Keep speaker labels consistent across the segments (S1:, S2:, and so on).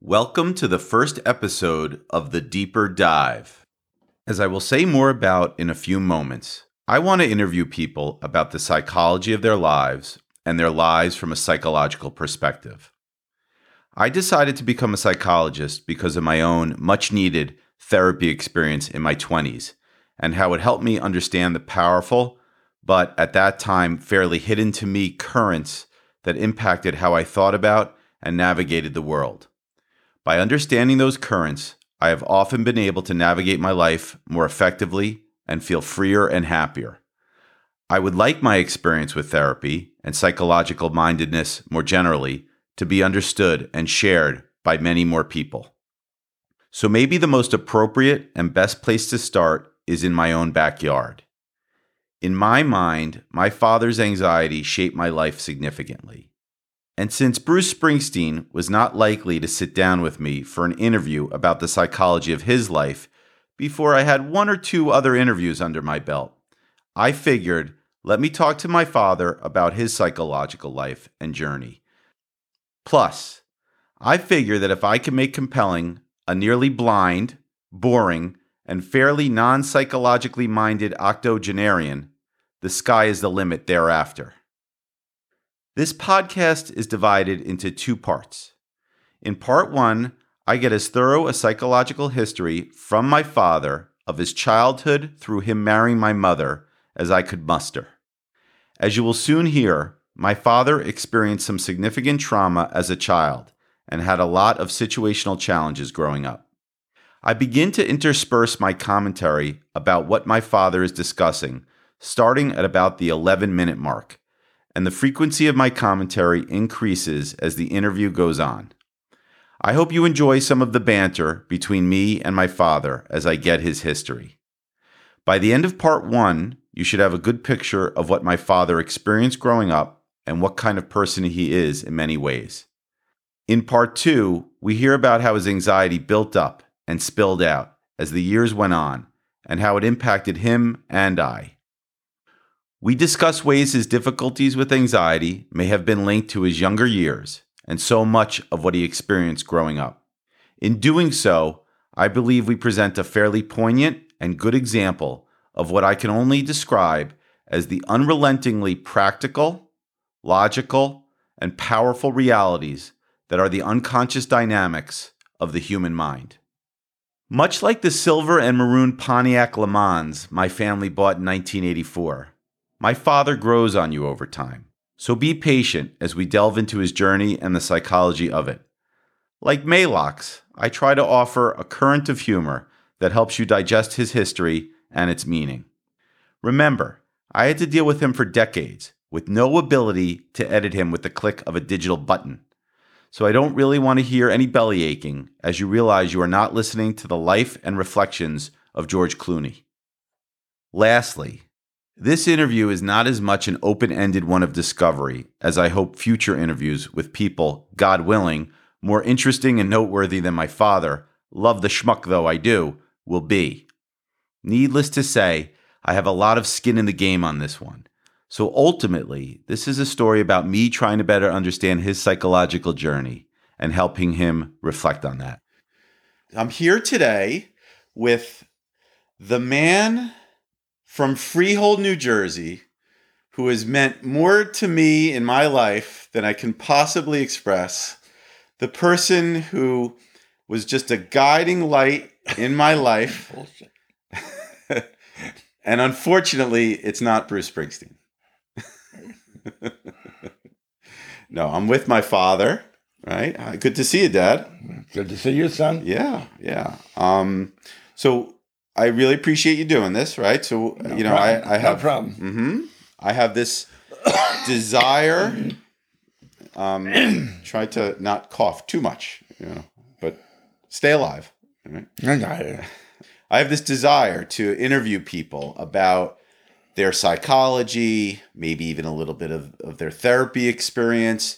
S1: Welcome to the first episode of The Deeper Dive. As I will say more about in a few moments, I want to interview people about the psychology of their lives and their lives from a psychological perspective. I decided to become a psychologist because of my own much needed therapy experience in my 20s and how it helped me understand the powerful, but at that time fairly hidden to me, currents that impacted how I thought about and navigated the world. By understanding those currents, I have often been able to navigate my life more effectively and feel freer and happier. I would like my experience with therapy and psychological mindedness more generally to be understood and shared by many more people. So maybe the most appropriate and best place to start is in my own backyard. In my mind, my father's anxiety shaped my life significantly. And since Bruce Springsteen was not likely to sit down with me for an interview about the psychology of his life before I had one or two other interviews under my belt, I figured let me talk to my father about his psychological life and journey. Plus, I figure that if I can make compelling a nearly blind, boring, and fairly non psychologically minded octogenarian, the sky is the limit thereafter. This podcast is divided into two parts. In part one, I get as thorough a psychological history from my father of his childhood through him marrying my mother as I could muster. As you will soon hear, my father experienced some significant trauma as a child and had a lot of situational challenges growing up. I begin to intersperse my commentary about what my father is discussing, starting at about the 11 minute mark, and the frequency of my commentary increases as the interview goes on. I hope you enjoy some of the banter between me and my father as I get his history. By the end of part one, you should have a good picture of what my father experienced growing up and what kind of person he is in many ways. In part two, we hear about how his anxiety built up and spilled out as the years went on and how it impacted him and I. We discuss ways his difficulties with anxiety may have been linked to his younger years and so much of what he experienced growing up. In doing so, I believe we present a fairly poignant and good example of what I can only describe as the unrelentingly practical, logical, and powerful realities that are the unconscious dynamics of the human mind. Much like the silver and maroon Pontiac Le Mans my family bought in 1984, my father grows on you over time. So be patient as we delve into his journey and the psychology of it. Like Malox, I try to offer a current of humor that helps you digest his history and its meaning. Remember, I had to deal with him for decades with no ability to edit him with the click of a digital button so I don't really want to hear any belly aching as you realize you are not listening to the life and reflections of George Clooney. Lastly, this interview is not as much an open ended one of discovery as I hope future interviews with people, God willing, more interesting and noteworthy than my father, love the schmuck though I do, will be. Needless to say, I have a lot of skin in the game on this one. So ultimately, this is a story about me trying to better understand his psychological journey and helping him reflect on that. I'm here today with the man from Freehold, New Jersey, who has meant more to me in my life than I can possibly express. The person who was just a guiding light in my life. and unfortunately, it's not Bruce Springsteen. no, I'm with my father. Right. Uh, Good to see you, Dad.
S2: Good to see you, son.
S1: Yeah, yeah. Um, so I really appreciate you doing this. Right. So
S2: No
S1: you know,
S2: problem.
S1: I, I have
S2: no problem.
S1: hmm I have this desire. Um, try to not cough too much, you know, but stay alive. all right?
S2: I got it.
S1: I have this desire to interview people about their psychology, maybe even a little bit of, of their therapy experience,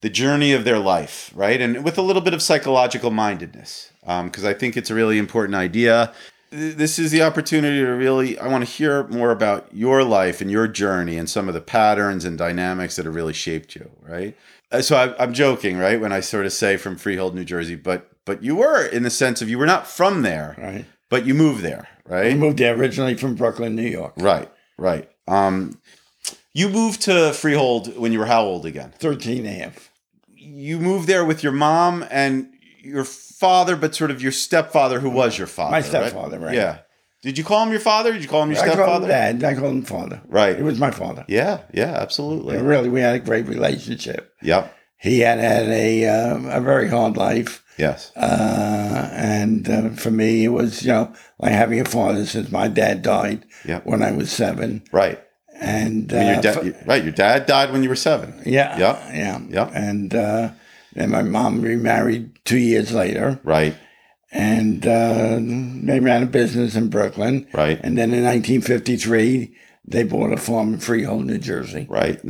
S1: the journey of their life, um, right? And with a little bit of psychological mindedness, because I think it's a really important idea. th- this is the opportunity to really I want to hear more about your life and your journey and some of the patterns and dynamics that have really shaped you, right? Uh, So I, I'm joking, right, when I sort of say from Freehold, New Jersey, but but you were in the sense of you were not from there,
S2: Right.
S1: but you moved there,
S2: I
S1: right?
S2: moved there originally from Brooklyn, New York.
S1: Right, right. Um, you moved to Freehold when you were how old again?
S2: 13 and a half.
S1: You moved there with your mom and your father, but sort of your stepfather, who was your father.
S2: My
S1: right?
S2: stepfather, right?
S1: Yeah. Did you call him your father? Did you call him your
S2: I
S1: stepfather?
S2: called him dad. I called him father.
S1: Right.
S2: It was my father.
S1: Yeah, yeah, absolutely.
S2: And really, we had a great relationship.
S1: Yep.
S2: He had had a, um a very hard life.
S1: Yes.
S2: Uh, and uh, for me, it was, you know, like having a father since my dad died
S1: Yep.
S2: when I was seven.
S1: Right.
S2: And uh,
S1: I mean, your
S2: for-
S1: dad. right. Your dad died when you were seven.
S2: yeah,
S1: Yep.
S2: yeah,
S1: Yep.
S2: And uh, then my mom remarried two years later,
S1: Right.
S2: and uh, they ran a business in Brooklyn.
S1: Right.
S2: And then in 1953, they bought a farm in Freehold, New Jersey.
S1: Right.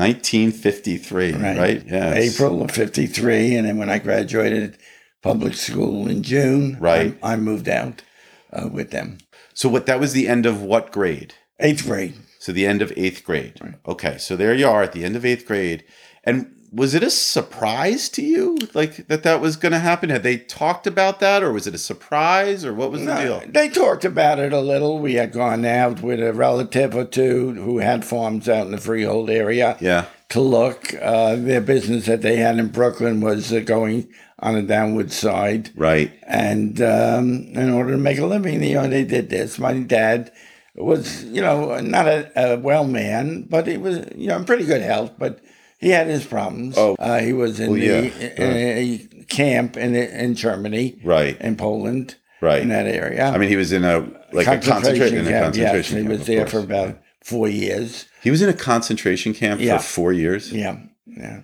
S1: 1953. Right. Yes.
S2: April of 53. And then when I graduated public school in June,
S1: Right.
S2: I, I moved out uh, with them.
S1: So what? That was the end of what grade?
S2: Eighth grade.
S1: So the end of eighth grade. Okay. So there you are at the end of eighth grade. And was it a surprise to you, like that that was going to happen? Had they talked about that, or was it a surprise, or what was the
S2: No,
S1: deal?
S2: Uh, they talked about it a little. We had gone out with a relative or two who had farms out in the Freehold area
S1: Yeah.
S2: to look. Uh, their business that they had in Brooklyn was uh, going on a downward side.
S1: Right.
S2: and um, in order to make a living, you know, they did this. My dad was, you know, not a, a well man, but he was, you know, in pretty good health, but he had his problems.
S1: Oh.
S2: uh, he was in,
S1: Well,
S2: the,
S1: yeah, Uh.
S2: in a camp in in Germany,
S1: Right.
S2: in Poland,
S1: Right.
S2: in that area.
S1: I mean, he was in a like a concentration, in a
S2: yes,
S1: concentration
S2: he
S1: camp,
S2: was
S1: of
S2: there
S1: course.
S2: for about four years.
S1: He was in a concentration camp
S2: Yeah.
S1: for four years.
S2: Yeah, yeah.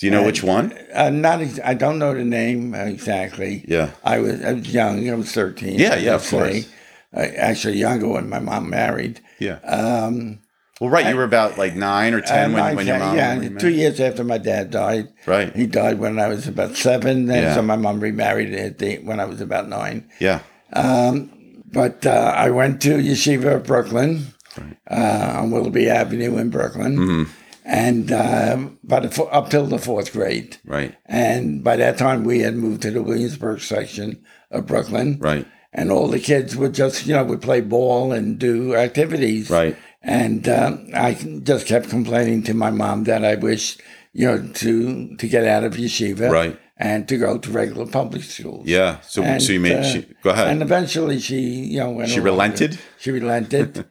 S1: Do you know which one?
S2: Uh, not, ex- I don't know the name exactly.
S1: Yeah.
S2: I was, I was young. I was thirteen.
S1: Yeah, yeah,
S2: I'd
S1: of course.
S2: say. Uh, actually, younger when my mom married.
S1: Yeah.
S2: Um,
S1: well, right. You were about like nine or ten
S2: and
S1: when,
S2: I-
S1: when your mom.
S2: yeah,
S1: remarried.
S2: two years after my dad died.
S1: Right.
S2: He died when I was about seven, and
S1: Yeah.
S2: so my mom remarried at the, when I was about nine.
S1: Yeah.
S2: But uh, I went to Yeshiva of Brooklyn uh, on Willoughby Avenue in Brooklyn,
S1: Mm-hmm.
S2: and uh, by the, fo- up till the fourth grade.
S1: Right.
S2: And by that time, we had moved to the Williamsburg section of Brooklyn.
S1: Right.
S2: and all the kids would just you know would play ball and do activities
S1: Right.
S2: and um, i just kept complaining to my mom that i wished you know to to get out of yeshiva
S1: Right.
S2: and to go to regular public schools
S1: Yeah. So
S2: And,
S1: so you made.
S2: uh,
S1: she, go ahead.
S2: and eventually she you know went
S1: She
S2: along with-
S1: relented?
S2: she relented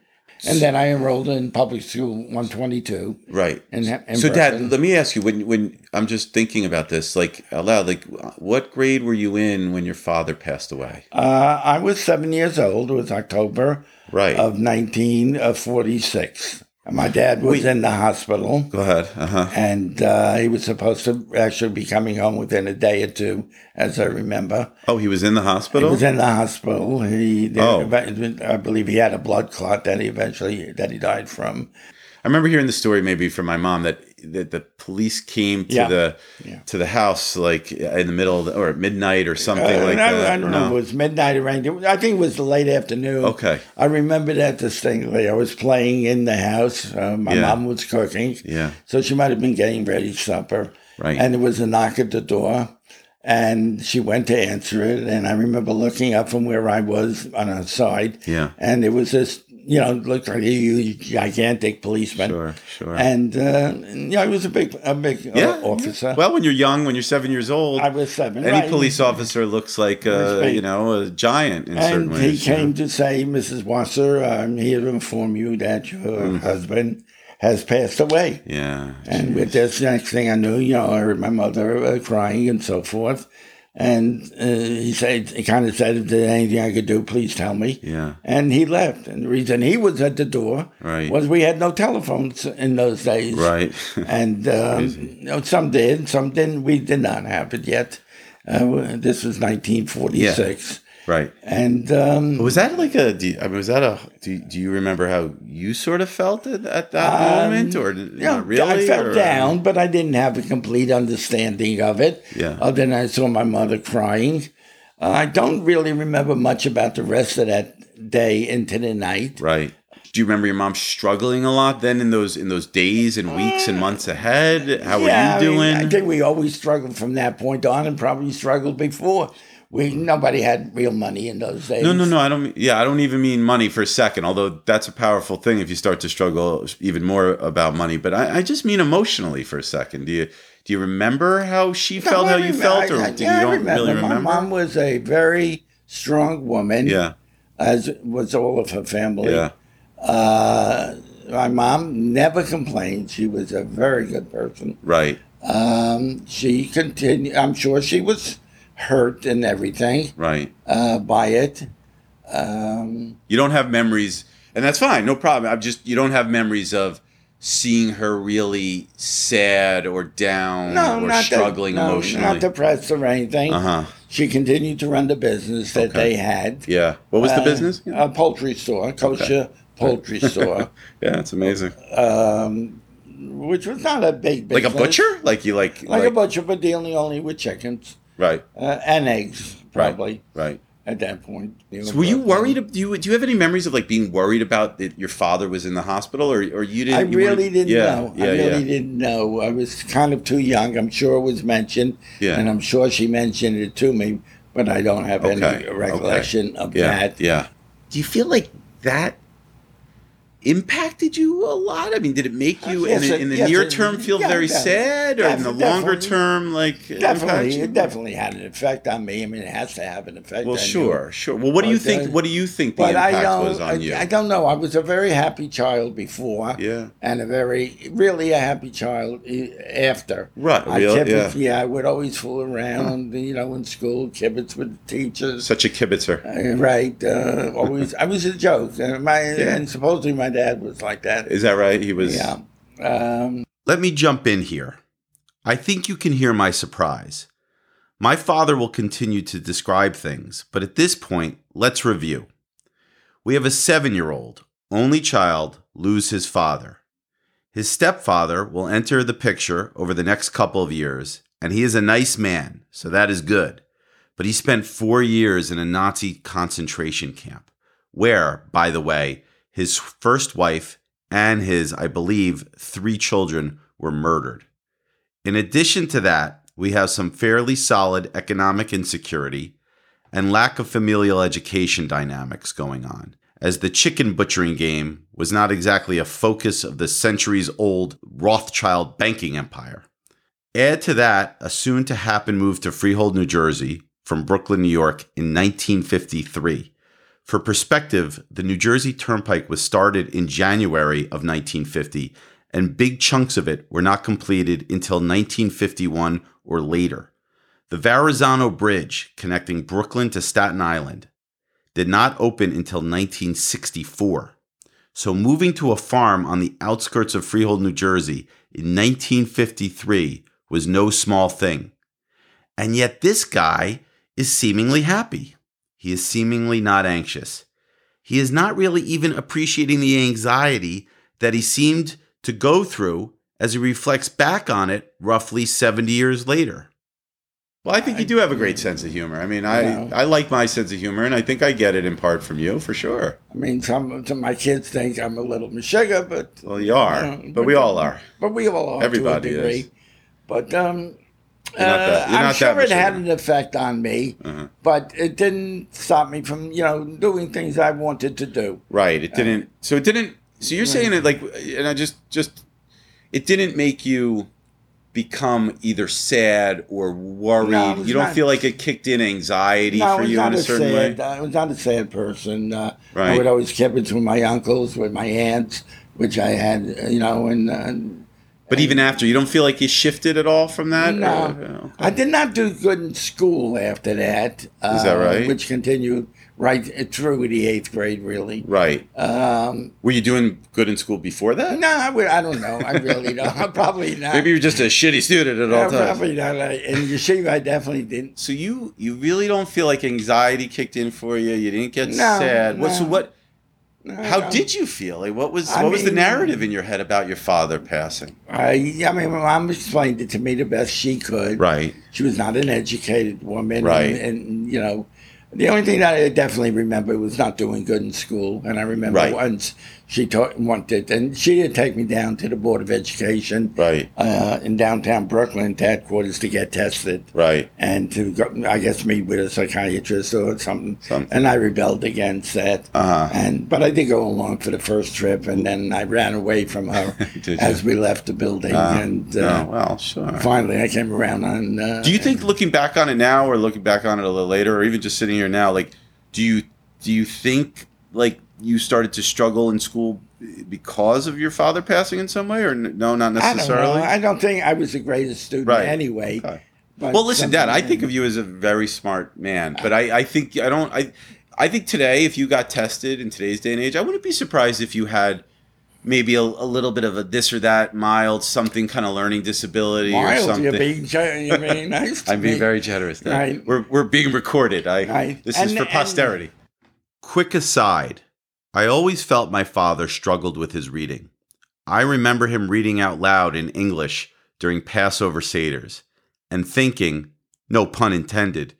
S2: and then i enrolled in public school 122
S1: right.
S2: and, and
S1: so, Dad, let me ask you when when I'm just thinking about this, like out loud, like what grade were you in when your father passed away?
S2: uh, i was seven years old it was october
S1: Right.
S2: of 1946. My dad was in the hospital,
S1: go ahead. Uh huh.
S2: and uh, he was supposed to actually be coming home within a day or two, as I remember.
S1: Oh, he was in the
S2: He
S1: hospital.
S2: was in the hospital. He,
S1: Oh.
S2: I believe, he had a blood clot that he eventually that he died from.
S1: I remember hearing the story maybe from my mom that that the police came to
S2: Yeah.
S1: the
S2: Yeah.
S1: to the house like in the middle of the, or at midnight or something
S2: Uh,
S1: like
S2: I,
S1: that.
S2: I don't know. It was midnight around. I think it was the late afternoon.
S1: Okay.
S2: I remember that distinctly. I was playing in the house. Uh, my
S1: Yeah.
S2: mom was cooking.
S1: Yeah.
S2: So she might have been getting ready supper.
S1: Right.
S2: And there was a knock at the door, and she went to answer it. And I remember looking up from where I was on her side.
S1: Yeah.
S2: And there was this, you know, looked like a huge, gigantic policeman.
S1: Sure, sure.
S2: And uh, yeah, he was a big, a big uh,
S1: yeah,
S2: officer.
S1: yeah. Well, when you're young, when you're seven years old,
S2: I was seven.
S1: any
S2: right.
S1: police officer looks like uh,
S2: Respect.
S1: you know a giant in certain
S2: And he
S1: ways. you know?
S2: came to say, Mrs. Wasser, I'm here to inform you that your
S1: Mm.
S2: husband has passed away.
S1: Yeah.
S2: And with this, next thing I knew, you know, I heard my mother uh, crying and so forth. And uh, he said, he kind of said, if there's anything I could do, please tell me.
S1: Yeah.
S2: And he left. And the reason he was at the door
S1: Right.
S2: was we had no telephones in those days.
S1: Right.
S2: And um, you know, some did, some didn't. We did not have it yet. Uh, this was 1946.
S1: right.
S2: And um,
S1: Was that like a? Do you, I mean, was that a? Do, do you remember how you sort of felt at, at that moment, or
S2: Um, Yeah,
S1: not really?
S2: I fell
S1: or-
S2: down, but I didn't have a complete understanding of it.
S1: Yeah.
S2: Other than I saw my mother crying. Uh, I don't really remember much about the rest of that day into the night.
S1: Right. Do you remember your mom struggling a lot then in those in those days and weeks and months ahead? How were
S2: Uh, Yeah,
S1: you
S2: I,
S1: doing?
S2: mean, I think we always struggled from that point on, and probably struggled before. We nobody had real money in those days.
S1: no, no, no. I don't. Yeah, I don't even mean money for a second. Although that's a powerful thing if you start to struggle even more about money. But I, I just mean emotionally for a second. Do you do you remember how she
S2: No,
S1: felt,
S2: I
S1: how you
S2: remember-
S1: felt, or
S2: I- I-
S1: do
S2: yeah, I
S1: you don't really
S2: My
S1: remember?
S2: mom was a very strong woman,
S1: yeah,
S2: as was all of her family.
S1: yeah,
S2: Uh, my mom never complained. She was a very good person.
S1: right,
S2: Um, she continued. I'm sure she was hurt and everything
S1: right.
S2: uh, by it. Um,
S1: You don't have memories, and that's fine, no problem. I'm just you don't have memories of seeing her really sad or down
S2: no,
S1: or
S2: not
S1: struggling
S2: de- no,
S1: emotionally.
S2: not depressed or anything.
S1: uh huh.
S2: She continued to run the business that they had.
S1: Yeah. What was the
S2: Uh,
S1: business?
S2: A poultry store, kosher poultry store,
S1: Yeah, it's amazing.
S2: um, which was not a big
S1: Like
S2: business.
S1: a butcher? Like you like
S2: Like, a butcher, but dealing only with chickens
S1: Right.
S2: uh, and eggs, probably.
S1: Right.
S2: at that point.
S1: So were you worried? ab- Do you do you have any memories of like being worried about that your father was in the hospital, or or you didn't?
S2: I
S1: you weren't-
S2: really didn't
S1: yeah,
S2: know.
S1: Yeah,
S2: I really
S1: yeah.
S2: didn't know. I was kind of too young. I'm sure it was mentioned,
S1: Yeah.
S2: and I'm sure she mentioned it to me, but I don't have
S1: Okay,
S2: any recollection of
S1: yeah,
S2: that.
S1: yeah. Do you feel like that impacted you a lot? I mean, did it make you
S2: Yes,
S1: in the,
S2: it-
S1: in the
S2: yes,
S1: near
S2: it-
S1: term feel
S2: yeah,
S1: very
S2: def-
S1: sad, or in the
S2: def-
S1: longer
S2: definitely.
S1: term like impact
S2: Definitely,
S1: you?
S2: it definitely had an effect on me. I mean, it has to have an effect.
S1: Well,
S2: on you.
S1: sure, sure. Well, what do you
S2: But,
S1: think?
S2: uh,
S1: What do you think the
S2: But I
S1: impact
S2: don't.
S1: was on you?
S2: I, I don't know. I was a very happy child before,
S1: yeah,
S2: and a very, really a happy child eh, after.
S1: right.
S2: I
S1: real-
S2: kibbutz,
S1: yeah.
S2: yeah. I would always fool around, you know, in school, kibbutz with the teachers.
S1: Such a kibitzer.
S2: Uh, Right. Uh, always, I was a joke. Uh, my
S1: Yeah.
S2: and supposedly my dad was like that.
S1: Is that right? He was.
S2: yeah. Um,
S1: Let me jump in here. I think you can hear my surprise. My father will continue to describe things, but at this point, let's review. We have a seven year old, only child, lose his father. His stepfather will enter the picture over the next couple of years, and he is a nice man, so that is good. But he spent four years in a Nazi concentration camp, where, by the way, his first wife and his, I believe, three children were murdered. In addition to that, we have some fairly solid economic insecurity and lack of familial education dynamics going on, as the chicken butchering game was not exactly a focus of the centuries old Rothschild banking empire. Add to that a soon to happen move to Freehold, New Jersey from Brooklyn, New York in 1953. For perspective, the New Jersey Turnpike was started in January of 1950, and big chunks of it were not completed until 1951 or later. The Verrazano Bridge, connecting Brooklyn to Staten Island, did not open until 1964. So, moving to a farm on the outskirts of Freehold, New Jersey in 1953 was no small thing. And yet, this guy is seemingly happy. He is seemingly not anxious. He is not really even appreciating the anxiety that he seemed to go through as he reflects back on it roughly 70 years later. Well, I think you do have a great sense of humor. I mean, I,
S2: No.
S1: I like my sense of humor, and I think I get it in part from you, for sure.
S2: I mean, some some of my kids think I'm a little meshuggah, but
S1: Well, you are,
S2: Yeah.
S1: but we all are.
S2: but we all are
S1: Everybody
S2: to a degree.
S1: is.
S2: But um,
S1: You're not that-
S2: uh,
S1: you're
S2: I'm
S1: not that
S2: sure it had
S1: meshuggah.
S2: an effect on me,
S1: Uh-huh.
S2: but it didn't stop me from you know doing things I wanted to do.
S1: Right.
S2: Uh,
S1: It didn't. So it didn't. So you're saying it like, and I just, just, it didn't make you become either sad or worried.
S2: No, it was
S1: you don't
S2: not-
S1: feel like it kicked in anxiety
S2: No, I
S1: for
S2: was
S1: you
S2: not
S1: in a certain
S2: sad,
S1: way.
S2: I was not a sad person. Uh,
S1: Right.
S2: I would always keep it with my uncles, with my aunts, which I had, uh, you know, and. Uh,
S1: But even after, you don't feel like you shifted at all from that.
S2: No.
S1: Or-
S2: I did not do good in school after that. Uh,
S1: that right?
S2: Which continued right through the eighth grade, really.
S1: Right.
S2: Um,
S1: Were you doing good in school before that?
S2: no, I, would, I don't know. I really don't. I'm probably not.
S1: Maybe you were just a shitty student at all
S2: I'm
S1: times.
S2: probably not. I, in yeshiva, I definitely didn't.
S1: So you you really don't feel like anxiety kicked in for you. You didn't get
S2: No,
S1: sad. What, so
S2: no.
S1: what?
S2: no,
S1: How
S2: no.
S1: did you feel? Like what was
S2: I
S1: what was the
S2: mean-
S1: narrative in your head about your father passing?
S2: Um, I? I mean, my mom explained it to me the best she could.
S1: Right.
S2: She was not an educated woman,
S1: Right.
S2: And, and you know, The only thing that I definitely remember was not doing good in school. And I remember
S1: Right.
S2: once she taught, wanted, and she did take me down to the Board of Education
S1: Right.
S2: uh, in downtown Brooklyn to headquarters to get tested
S1: Right.
S2: and to, go, I guess, meet with a psychiatrist or something.
S1: Something.
S2: And I rebelled against that.
S1: Uh-huh.
S2: And But I did go along for the first trip, and then I ran away from her
S1: Did
S2: as we left the building. and
S1: Oh,
S2: uh,
S1: well, sure.
S2: finally, I came around on. Uh,
S1: Do you think looking back on it now or looking back on it a little later or even just sitting here now like do you do you think like you started to struggle in school because of your father passing in some way or n- no not
S2: I don't, know.
S1: necessarily?
S2: I don't think I was the greatest student
S1: Right.
S2: anyway.
S1: Okay.
S2: but
S1: Well, listen, Dad. I
S2: something-
S1: think of you as a very smart man, but I, I think I don't. I, I think today, if you got tested in today's day and age, I wouldn't be surprised if you had maybe a, a little bit of a this or that mild something kind of learning disability or
S2: Miles,
S1: something.
S2: you're being, ge- you're being nice. to
S1: I'm being
S2: me.
S1: very generous. Dad.
S2: Right.
S1: We're we're being recorded. I
S2: Right.
S1: this is
S2: And-
S1: for
S2: and-
S1: posterity. Quick aside. I always felt my father struggled with his reading. I remember him reading out loud in English during Passover Seders and thinking, no pun intended,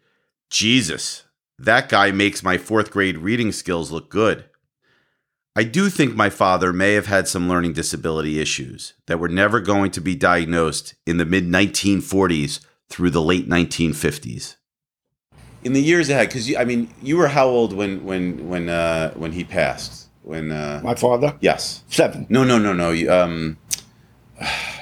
S1: Jesus, that guy makes my fourth grade reading skills look good. I do think my father may have had some learning disability issues that were never going to be diagnosed in the mid 1940s through the late 1950s. In the years ahead, because I mean, you were how old when when when uh, when he passed? When uh,
S2: My father,
S1: yes,
S2: seven.
S1: no, no, no, no. You, um,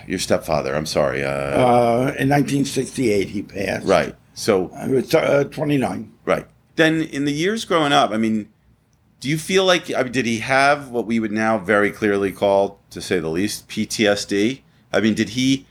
S1: your stepfather. I'm sorry. Uh,
S2: Uh, in 1968, he passed.
S1: right. So
S2: I was uh, 29.
S1: Right. Then in the years growing up, I mean, do you feel like I mean, did he have what we would now very clearly call, to say the least, PTSD? I mean, did he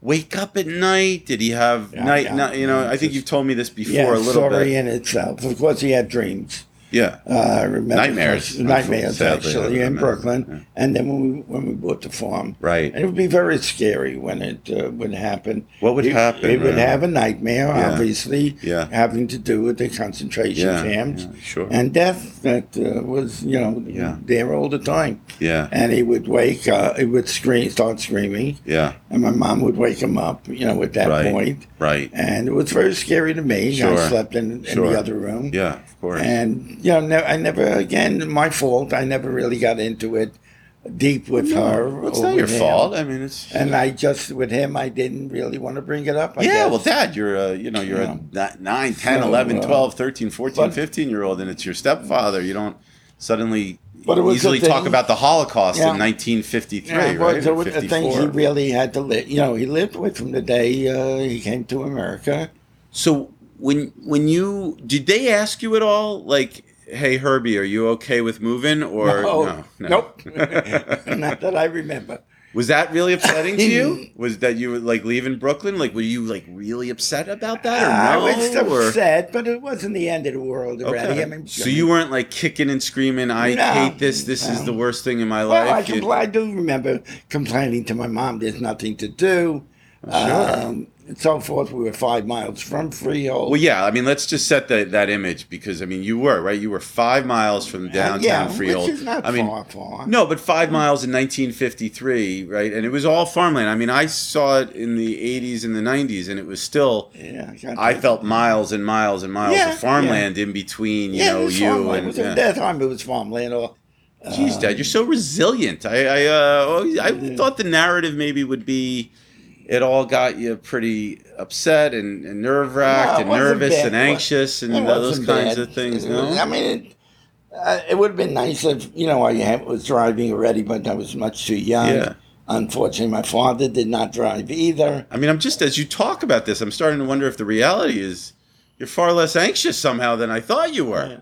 S1: wake up at night? Did he have
S2: Yeah,
S1: night?
S2: yeah.
S1: night- you know, I think
S2: Just-
S1: you've told me this before
S2: yeah,
S1: a little
S2: story
S1: bit.
S2: in itself. Of course, he had dreams.
S1: Yeah.
S2: Uh, I remember
S1: Nightmares,
S2: nightmares
S1: sadly,
S2: actually
S1: I
S2: in
S1: remember.
S2: Brooklyn.
S1: Yeah.
S2: And then when we when we bought the farm,
S1: Right.
S2: And it would be very scary when it uh, would happen.
S1: What would
S2: He-
S1: happen,
S2: He would
S1: right?
S2: have a nightmare,
S1: Yeah.
S2: obviously,
S1: Yeah.
S2: having to do with the concentration
S1: Yeah,
S2: camps
S1: yeah, sure.
S2: and death that uh, was, you know,
S1: Yeah.
S2: there all the time.
S1: Yeah.
S2: And he would wake, uh, he would scream, start screaming,
S1: yeah.
S2: and my mom would wake him up, you know, at that
S1: Right.
S2: point.
S1: Right.
S2: And it was very scary to me.
S1: Sure.
S2: I slept in, in
S1: Sure.
S2: the other room.
S1: Yeah. Of course.
S2: And you know, ne- I never again my fault. I never really got into it deep with her.
S1: Well, it's
S2: or
S1: not your
S2: with him.
S1: fault. I mean, it's.
S2: And I just with him, I didn't really want to bring it up. I
S1: yeah,
S2: guess.
S1: well, Dad, you're a, you know, you're a ni- 9, 10,
S2: So,
S1: 11,
S2: uh,
S1: 12, 13, 14,
S2: but-
S1: 15 year old, and it's your stepfather. You don't suddenly
S2: But it was
S1: easily
S2: the thing-
S1: talk about the Holocaust
S2: Yeah.
S1: in 1953,
S2: Yeah, well,
S1: right?
S2: there
S1: Or
S2: were the things he
S1: 54.
S2: really had to live. You know, he lived with from the day uh, he came to America.
S1: So when when you did they ask you at all like, hey Herbie, are you okay with moving or
S2: No.
S1: no? no.
S2: Oh, Nope. Not that I remember.
S1: Was that really upsetting to you? Was that you were like leaving Brooklyn? Like, were you like really upset about that or
S2: I
S1: no?
S2: was
S1: or-
S2: upset, but it wasn't the end of the world already. I mean,
S1: so you weren't like kicking and screaming, I
S2: No.
S1: hate this, this is
S2: No.
S1: the worst thing in my life.
S2: Well, I,
S1: You-
S2: compl- I do remember complaining to my mom. There's nothing to do, um, and so forth. We were five miles from Freehold.
S1: well, yeah, I mean, let's just set that that image because I mean, you were, right? You were five miles from downtown
S2: yeah,
S1: Freehold.
S2: which is not
S1: I mean,
S2: far, far.
S1: no, but five miles in 1953, right? And it was all farmland. I mean, I saw it in the 80s and the 90s, and it was still.
S2: yeah, got
S1: I
S2: that.
S1: felt miles and miles and miles
S2: Yeah,
S1: of farmland in between, you
S2: yeah, it
S1: know,
S2: was
S1: you
S2: farmland.
S1: and
S2: It was-
S1: yeah.
S2: at that time it was farmland. Or
S1: Jeez, Dad, you're so resilient. I I uh, always- I thought the narrative maybe would be it all got you pretty upset and, and nerve
S2: No,
S1: wracked
S2: it
S1: and
S2: wasn't
S1: nervous
S2: bad.
S1: and anxious and
S2: It
S1: those
S2: wasn't
S1: kinds
S2: bad.
S1: of things.
S2: It was- I
S1: No,
S2: mean, it, uh, it would have been nice if you know I had, was driving already, but I was much too young.
S1: Yeah.
S2: Unfortunately, my father did not drive either.
S1: I mean, I'm just as you talk about this, I'm starting to wonder if the reality is you're far less anxious somehow than I thought you were.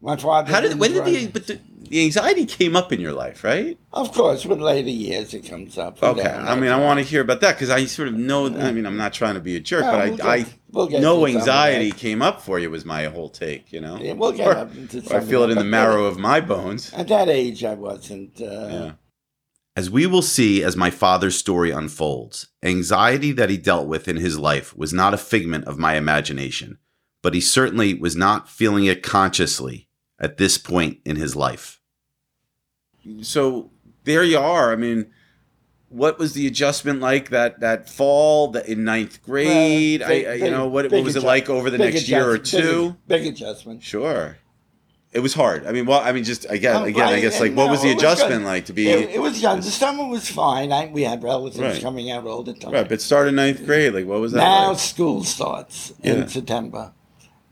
S2: My father.
S1: How did
S2: didn't
S1: when did the
S2: drive.
S1: but the, the anxiety came up in your life, right?
S2: Of course, with later years it comes up.
S1: Okay, I mean, I want to hear about that because I sort of know. I mean, I'm not trying to be a jerk,
S2: Well,
S1: but I,
S2: we'll get-
S1: I
S2: we'll get
S1: no
S2: to some of
S1: anxiety
S2: that.
S1: came up for you was my whole take. You know,
S2: Yeah, we'll get
S1: Or-
S2: up into
S1: or I
S2: some
S1: feel
S2: of
S1: it in
S2: that,
S1: the
S2: but-
S1: marrow of my bones.
S2: At that age, I wasn't. Uh,
S1: Yeah.
S3: As we will see as my father's story unfolds, anxiety that he dealt with in his life was not a figment of my imagination, but he certainly was not feeling it consciously at this point in his life.
S1: So there you are. I mean, what was the adjustment like that that fall the, in ninth grade?
S2: Well, big-
S1: I, I, you
S2: big-
S1: know what what
S2: big
S1: was it
S2: adjust-
S1: like over the
S2: big
S1: next year or
S2: adjust- big-
S1: two?
S2: Big, adjustment.
S1: Sure, it was hard. I mean, well, I mean, just I guess
S2: Oh,
S1: again, I
S2: right,
S1: guess like
S2: and
S1: what
S2: no,
S1: was the
S2: it was good.
S1: adjustment like to be
S2: It, it was young. The summer was fine. I, we had relatives
S1: Right.
S2: coming out all the time.
S1: right? But start in ninth grade, like what was that?
S2: now
S1: like?
S2: school starts
S1: Yeah.
S2: in September,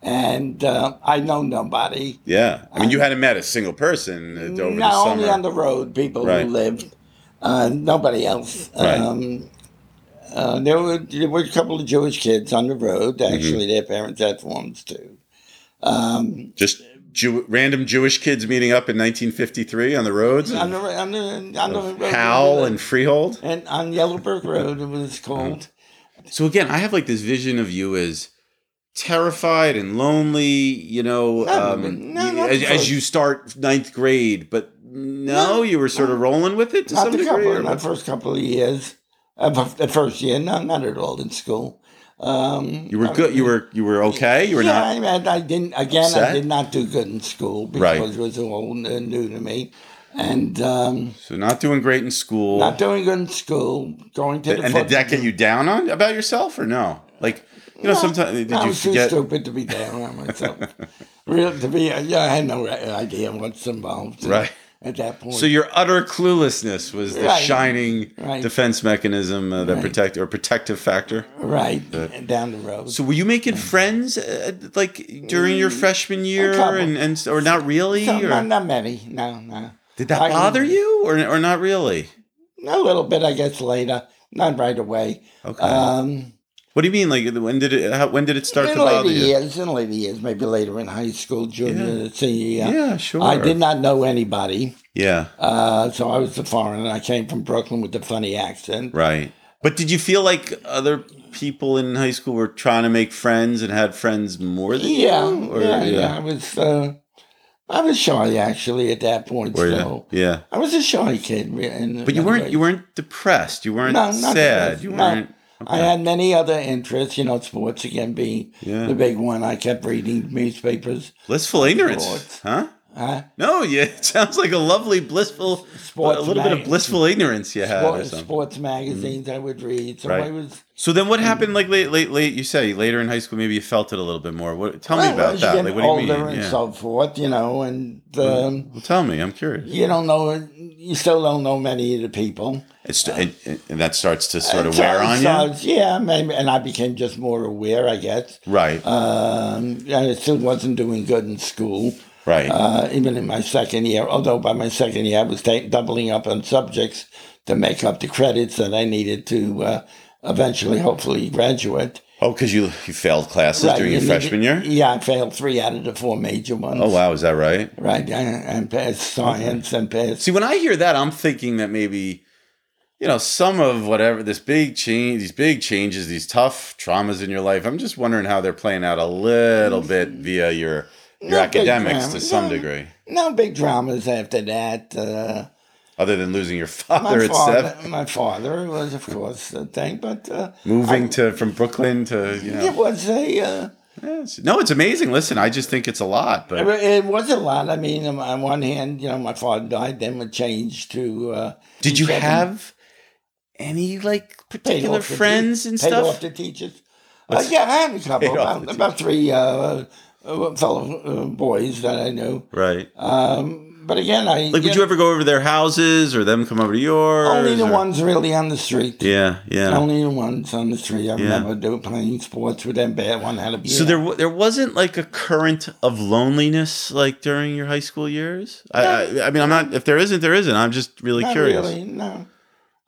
S2: and uh, I know nobody.
S1: Yeah, I mean, you hadn't met a single person uh, over
S2: no,
S1: the summer.
S2: only on the road, people
S1: Right.
S2: who lived. Uh, nobody else.
S1: Right.
S2: Um, uh, there, were, there were a couple of Jewish kids on the road.
S1: Mm-hmm.
S2: Actually, their parents had forms too.
S1: just Jew- random Jewish kids meeting up in 1953 on the roads, and
S2: On the, on the, on the road,
S1: Howell and Hmm. Freehold.
S2: and on Yellowbrook Road, it was called.
S1: So again, I have like this vision of you as terrified and lonely, you know,
S2: No,
S1: um,
S2: no,
S1: you-
S2: not
S1: as, as
S2: first.
S1: you start ninth grade, but no,
S2: No.
S1: you were sort of rolling with it to
S2: Not
S1: some
S2: the
S1: degree.
S2: couple,
S1: or
S2: not
S1: what?
S2: the first couple of years. Uh, but the first year, no, not at all in school. Um,
S1: you were good. You were you were okay. You were
S2: yeah,
S1: not.
S2: I, mean, I didn't. Again,
S1: upset?
S2: I did not do good in school because
S1: Right.
S2: it was all n- new to me, and um,
S1: So not doing great in school.
S2: not doing good in school. Going to the
S1: and did
S2: football-
S1: that get you down on about yourself or no? Like you know,
S2: No,
S1: sometimes did
S2: I
S1: you
S2: was
S1: forget?
S2: too stupid to be down on myself. Real to be, yeah, I had no re- idea what's involved.
S1: Right.
S2: at that point.
S1: So your utter cluelessness was the
S2: Right.
S1: shining
S2: Right.
S1: defense mechanism uh, that protect or protective factor.
S2: right and down the road.
S1: Uh, So were you making
S2: Mm.
S1: friends uh, like during your freshman year
S2: couple.
S1: and, and or not really
S2: Some-
S1: or
S2: not, not many. No, no.
S1: did that
S2: I can-
S1: bother you or or not really?
S2: A little bit, I guess, later. Not right away.
S1: Okay.
S2: Um,
S1: what do you mean? Like when did it how, when did it start
S2: in
S1: to bother
S2: later
S1: you?
S2: years, in later years, maybe later in high school, junior, senior year.
S1: Yeah, sure.
S2: I did not know anybody,
S1: Yeah,
S2: uh, so I was a foreigner. I came from Brooklyn with a funny accent.
S1: right. But did you feel like other people in high school were trying to make friends and had friends more than
S2: Yeah,
S1: you? Or-
S2: yeah, yeah, I was, uh, I was shy actually at that point.
S1: Were you?
S2: still,
S1: yeah.
S2: I was a shy kid. re- in
S1: But you
S2: many
S1: weren't
S2: ways.
S1: you weren't depressed. You weren't
S2: No,
S1: sad.
S2: not depressed.
S1: You
S2: No.
S1: weren't.
S2: I had many other interests, you know, sports again being
S1: Yeah.
S2: the big one. I kept reading newspapers.
S1: Blissful ignorance,
S2: Sports.
S1: huh?
S2: Huh?
S1: No, yeah, it sounds like a lovely, blissful,
S2: Sports
S1: a little bit of
S2: mag-
S1: blissful ignorance you had. or
S2: sports,
S1: something.
S2: sports magazines I would read. So
S1: Mm-hmm. Right.
S2: I was
S1: So then, what happened? Like late, late, late. You say later in high school, maybe you felt it a little bit more. What? Tell me
S2: well,
S1: about
S2: as you
S1: that.
S2: get
S1: Like, what do you
S2: older
S1: mean?
S2: and
S1: Yeah. Mm-hmm.
S2: so forth, you know, and um,
S1: Well, tell me. I'm curious.
S2: you don't know, you still don't know many of the people.
S1: It's and, and that starts to sort of
S2: So-
S1: wear on
S2: so,
S1: you,
S2: Yeah, maybe, and I became just more aware, I guess.
S1: right?
S2: Um, and I still wasn't doing good in school,
S1: right.
S2: uh, even in my second year. Although by my second year, I was ta- doubling up on subjects to make up the credits that I needed to uh, eventually, hopefully, graduate.
S1: oh, because you you failed classes
S2: Right,
S1: during your
S2: you need-
S1: freshman year.
S2: Yeah, I failed three out of the four major ones.
S1: Oh wow, is that right?
S2: Right, and, and passed science and passed.
S1: See, when I hear that, I'm thinking that maybe, you know, some of whatever this big change, these big changes, these tough traumas in your life. I'm just wondering how they're playing out a little bit via your your
S2: Mm-hmm. Not big
S1: academics to
S2: drama,
S1: some
S2: no.
S1: degree,
S2: No big dramas after that. Uh,
S1: other than losing your
S2: my
S1: father at
S2: father,
S1: seven,
S2: my father was, of course, the thing, but uh,
S1: moving to from Brooklyn to you know.
S2: it was a uh,
S1: Yeah, it's- no, it's amazing. Listen, I just think it's a lot, but
S2: it was a lot. I mean, on- on one hand, you know, my father died, then we changed to. Uh,
S1: did you
S2: second-
S1: have any like
S2: paid
S1: particular
S2: off the
S1: friends
S2: te-
S1: and
S2: paid
S1: stuff?
S2: off the teachers. Uh, yeah, I had a couple,
S1: Paid off
S2: about,
S1: the
S2: about three uh, uh, fellow uh, boys that I knew.
S1: right.
S2: Um, but again, I
S1: like, would you
S2: know,
S1: ever go over to their houses or them come over to yours?
S2: only the
S1: or-
S2: ones really on the street.
S1: Yeah, yeah.
S2: Only the ones on the street. I
S1: Yeah.
S2: remember they were playing sports with them. Bad one had a beer.
S1: So there, wa- there wasn't like a current of loneliness like during your high school years. I, I, I mean, I'm not. If there isn't, there isn't. I'm just really
S2: Not
S1: curious.
S2: really, no.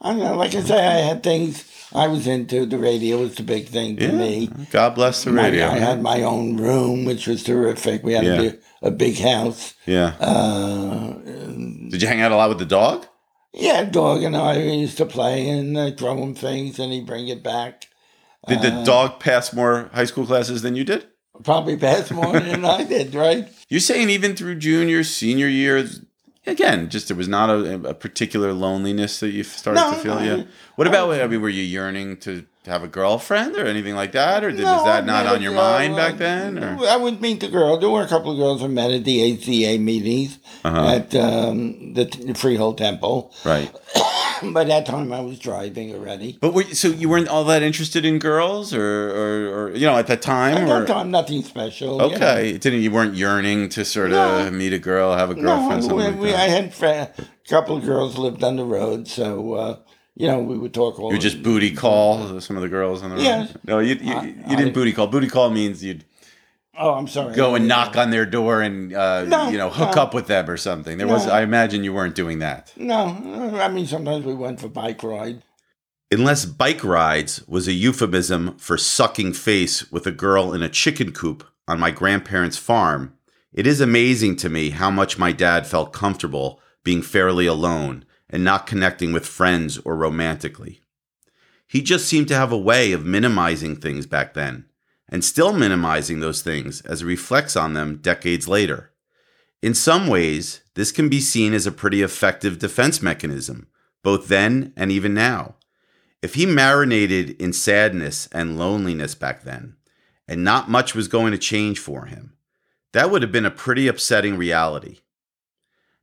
S2: I don't know. Like I say, I had things I was into. The radio was the big thing to
S1: Yeah.
S2: me.
S1: God bless the
S2: My-
S1: radio.
S2: I had my own room, which was terrific. We had
S1: Yeah.
S2: a, big- a big house.
S1: yeah.
S2: Uh,
S1: Did you hang out a lot with the dog?
S2: yeah, dog and I used to play and uh, throw him things, and he'd bring it back.
S1: Did
S2: uh,
S1: the dog pass more high school classes than you did?
S2: Probably passed more than I did, right?
S1: You're saying even through junior, senior years, again, just there was not a, a particular loneliness that you started
S2: No,
S1: to feel.
S2: no,
S1: Yeah.
S2: I-
S1: What about? I mean, were you yearning to have a girlfriend or anything like that, or did,
S2: No,
S1: was that
S2: I
S1: not
S2: met
S1: on
S2: a
S1: your
S2: girl,
S1: mind
S2: uh,
S1: back then? Or?
S2: I would meet the girl. There were a couple of girls I met at the
S1: Uh-huh.
S2: ACA meetings at um, the, the Freehold Temple.
S1: Right.
S2: By that time, I was driving already.
S1: But were, so you weren't all that interested in girls, or, or, or you know, at that time,
S2: At
S1: or
S2: that time, nothing special. you know.
S1: okay, didn't you weren't yearning to sort
S2: No.
S1: of meet a girl, have a girlfriend,
S2: No,
S1: something
S2: we,
S1: like
S2: we,
S1: that?
S2: I had a couple of girls lived on the road, so uh, you know we would talk all.
S1: you just booty call some of the girls on the road.
S2: Yeah.
S1: No, you you,
S2: I-
S1: you didn't
S2: I-
S1: booty call. Booty call means you'd
S2: Oh, I'm sorry.
S1: go and knock on their door and uh,
S2: No,
S1: you know hook
S2: no.
S1: up with them or something. There was
S2: No.
S1: I imagine you weren't doing that.
S2: No, I mean sometimes we went for bike ride.
S4: Unless bike rides was a euphemism for sucking face with a girl in a chicken coop on my grandparents' farm, it is amazing to me how much my dad felt comfortable being fairly alone and not connecting with friends or romantically. He just seemed to have a way of minimizing things back then, and still minimizing those things as he reflects on them decades later. In some ways, this can be seen as a pretty effective defense mechanism, both then and even now. If he marinated in sadness and loneliness back then, and not much was going to change for him, that would have been a pretty upsetting reality.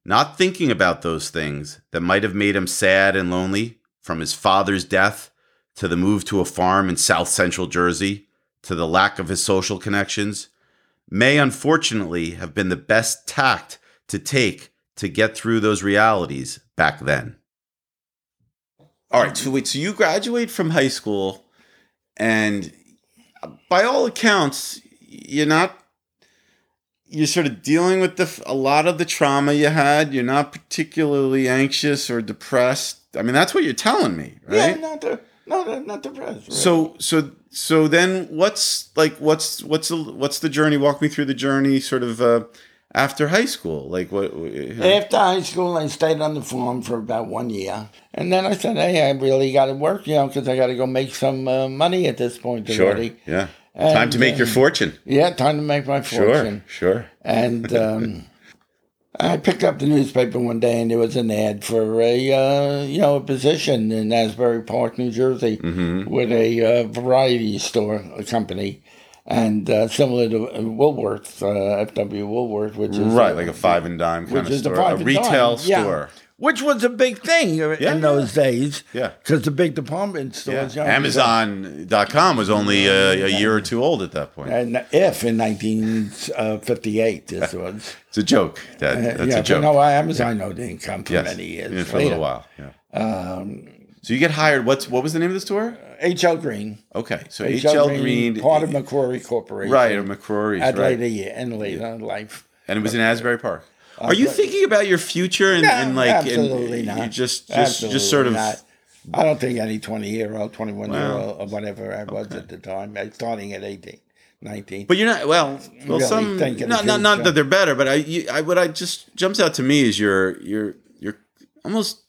S4: Not thinking about those things that might have made him sad and lonely, from his father's death to the move to a farm in south central Jersey to the lack of his social connections, may unfortunately have been the best tact to take to get through those realities back then.
S1: All right, so wait, so you graduate from high school, and by all accounts, you're not. You're sort of dealing with the f- a lot of the trauma you had. You're not particularly anxious or depressed. I mean, that's what you're telling me, right?
S2: Yeah, not the not not depressed. Really.
S1: So so so then what's like what's what's the, what's the journey? Walk me through the journey, sort of uh, after high school. Like what?
S2: After high school, I stayed on the farm for about one year, and then I said, "Hey, I really got to work, you know, because I got to go make some uh, money at this point already."
S1: yeah.
S2: And,
S1: Time to make your
S2: uh,
S1: fortune.
S2: Yeah, time to make my fortune.
S1: sure.
S2: And um, I picked up the newspaper one day, and there was an ad for a uh, you know a position in Asbury Park, New Jersey,
S1: Mm-hmm.
S2: with a uh, variety store, a company, and uh, similar to uh, Woolworth, uh, FW Woolworth, which is
S1: Right, like a five and dime kind
S2: which
S1: of
S2: is the
S1: store, a
S2: private
S1: retail
S2: dime, yeah.
S1: store.
S2: Which was a big thing in those days.
S1: Yeah.
S2: Because the big department
S1: Yeah.
S2: stores. you know,
S1: Amazon.com was only uh, a year or two old at that point.
S2: And if in 1958, this was.
S1: It's a joke. That,
S2: Uh,
S1: that's
S2: yeah,
S1: a joke.
S2: But no, I Amazon owned income for
S1: Yes.
S2: many years.
S1: Yeah, for a little
S2: later.
S1: while. Yeah. so you get hired. What's what was the name of the store?
S2: H.L. Green.
S1: Okay, so
S2: H.L.
S1: HL Green,
S2: part of McCrory Corporation.
S1: right or McCrory's,
S2: At
S1: right?
S2: later year, in later life.
S1: and it was in Asbury Park. Are you thinking about your future and,
S2: No,
S1: and like and
S2: absolutely
S1: you
S2: not.
S1: just just
S2: Absolutely
S1: just sort of
S2: not. I don't think any 20 year old, 21 year
S1: Wow.
S2: old, or whatever I was at the time, I- starting at 18, 19.
S1: but you're not well. Well,
S2: Really
S1: some
S2: thinking
S1: not not, not
S2: future.
S1: that they're better, but I you, I what I just jumps out to me is you're you're you're almost.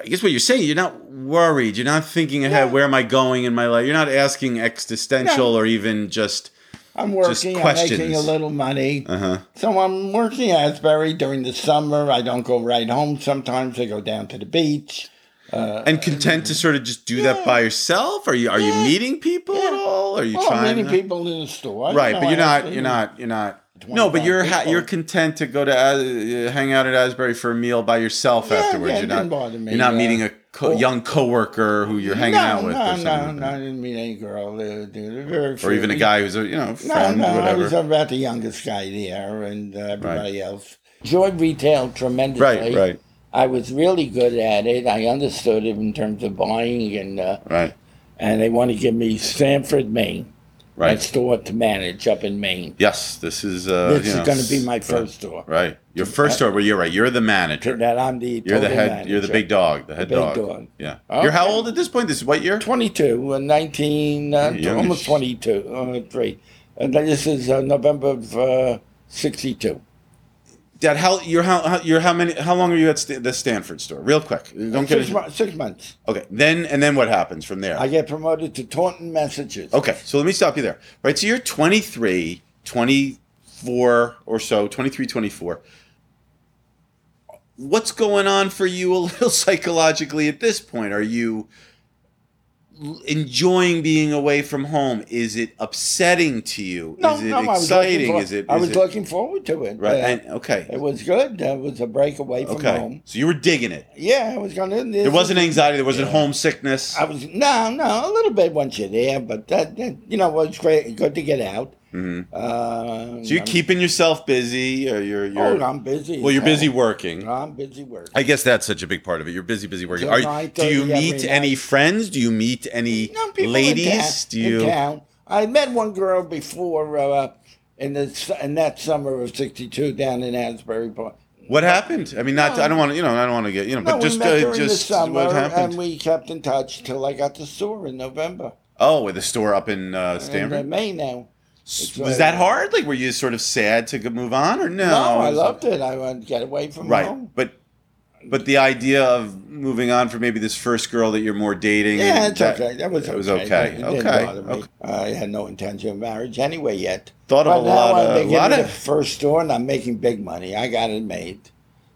S1: I guess what you're saying, you're not worried. You're not thinking ahead. Where am I going in my life? You're not asking existential or even just.
S2: I'm
S1: just
S2: working, I'm making
S1: questions.
S2: a little money.
S1: Uh huh.
S2: So I'm working at Asbury during the summer. I don't go right home. Sometimes I go down to the beach.
S1: and content to sort of just do that by yourself? Are you are you meeting people at all? Are you
S2: Oh,
S1: trying?
S2: meeting
S1: to-
S2: people in the store.
S1: right,
S2: You
S1: but
S2: know,
S1: you're
S2: I
S1: not.
S2: actually-
S1: You're not. You're not. No, but
S2: 25
S1: you're ha-
S2: people.
S1: you're content to go to As- uh, hang out at Asbury for a meal by yourself
S2: Yeah,
S1: afterwards.
S2: yeah, it
S1: you're not.
S2: didn't bother me,
S1: you're not
S2: yeah.
S1: meeting a co-
S2: Or-
S1: young coworker who you're hanging
S2: no,
S1: out with,
S2: no,
S1: or,
S2: no,
S1: something.
S2: no, I didn't meet any girl. There, there, very few.
S1: or even a guy who's a you know
S2: No,
S1: friend,
S2: no, I was
S1: whatever.
S2: about the youngest guy there, and uh, everybody else. Enjoyed retail tremendously.
S1: right, right,
S2: I was really good at it. I understood it in terms of buying, and uh,
S1: right,
S2: and they want to give me Sanford, Maine,
S1: right.
S2: a store to manage up in Maine.
S1: yes, this is. Uh,
S2: This
S1: you
S2: is
S1: know,
S2: going to be my first store.
S1: Right, your first store, where you're right. You're the manager.
S2: That I'm the
S1: You're the
S2: total
S1: head.
S2: Manager.
S1: You're the big dog. The head
S2: big
S1: dog.
S2: dog. Oh,
S1: Yeah. You're how
S2: Okay.
S1: old at this point? This is what year?
S2: 22, uh, 19, uh,
S1: You're young
S2: almost
S1: as-
S2: 22, uh, three. And then this is uh, November of uh, 62.
S1: Dad, how you're how, how you're how many? How long are you at St- the Stanford store? Real quick. Don't get
S2: Six,
S1: it.
S2: mo- six months.
S1: Okay. Then and then what happens from there?
S2: I get promoted to Taunton, Massachusetts.
S1: okay. So let me stop you there. Right. So you're 23, 24 or so, 23, 24. What's going on for you a little psychologically at this point? Are you enjoying being away from home? Is it upsetting to you?
S2: No,
S1: is it
S2: no, I was looking
S1: exciting?
S2: for,
S1: is it?
S2: I
S1: is
S2: was
S1: it-
S2: looking forward to it.
S1: right.
S2: Uh,
S1: and, okay.
S2: it was good. It was a break away from
S1: Okay.
S2: home.
S1: So you were digging it.
S2: Yeah, I was going to.
S1: There wasn't anxiety. There wasn't homesickness.
S2: I was no, no, a little bit once you're there, but that, that you know was great. Good to get out.
S1: Mhm.
S2: Uh,
S1: So you're
S2: I'm-
S1: keeping yourself busy, or you're
S2: Oh,
S1: you're
S2: I'm busy.
S1: well, you're
S2: as
S1: busy
S2: hell.
S1: working.
S2: I'm busy working.
S1: I guess that's such a big part of it. You're busy, busy working.
S2: Till
S1: Are you,
S2: nine
S1: do you
S2: thirty every
S1: meet any
S2: night.
S1: friends? Do you meet any
S2: No, people in
S1: ladies?
S2: town-
S1: Do
S2: in
S1: you?
S2: town. I met one girl before uh, in the in that summer of '62 down in Asbury Park.
S1: What happened? I mean, not. I don't want to. You know, I don't want to get. You know,
S2: No,
S1: but just,
S2: we met
S1: uh,
S2: during the
S1: just
S2: summer,
S1: what
S2: and
S1: happened?
S2: we kept in touch till I got the store in November.
S1: oh, with the store up in uh, Stanford.
S2: In uh, May now.
S1: S-
S2: It's
S1: was
S2: a-
S1: that hard? Like, were you sort of sad to go- move on, or no?
S2: No, I
S1: Was-
S2: loved it. I wanted to get away from
S1: Right,
S2: home.
S1: but but the idea of moving on for maybe this first girl that you're more dating.
S2: Yeah,
S1: and
S2: it's
S1: that-
S2: okay. That was
S1: it
S2: okay.
S1: was okay.
S2: It didn't
S1: Okay,
S2: bother me.
S1: okay.
S2: I had no intention of marriage anyway yet.
S1: Thought
S2: But
S1: of a
S2: now
S1: lot
S2: I'm
S1: of,
S2: making
S1: lot
S2: the
S1: of
S2: first store and I'm making big money. I got it made.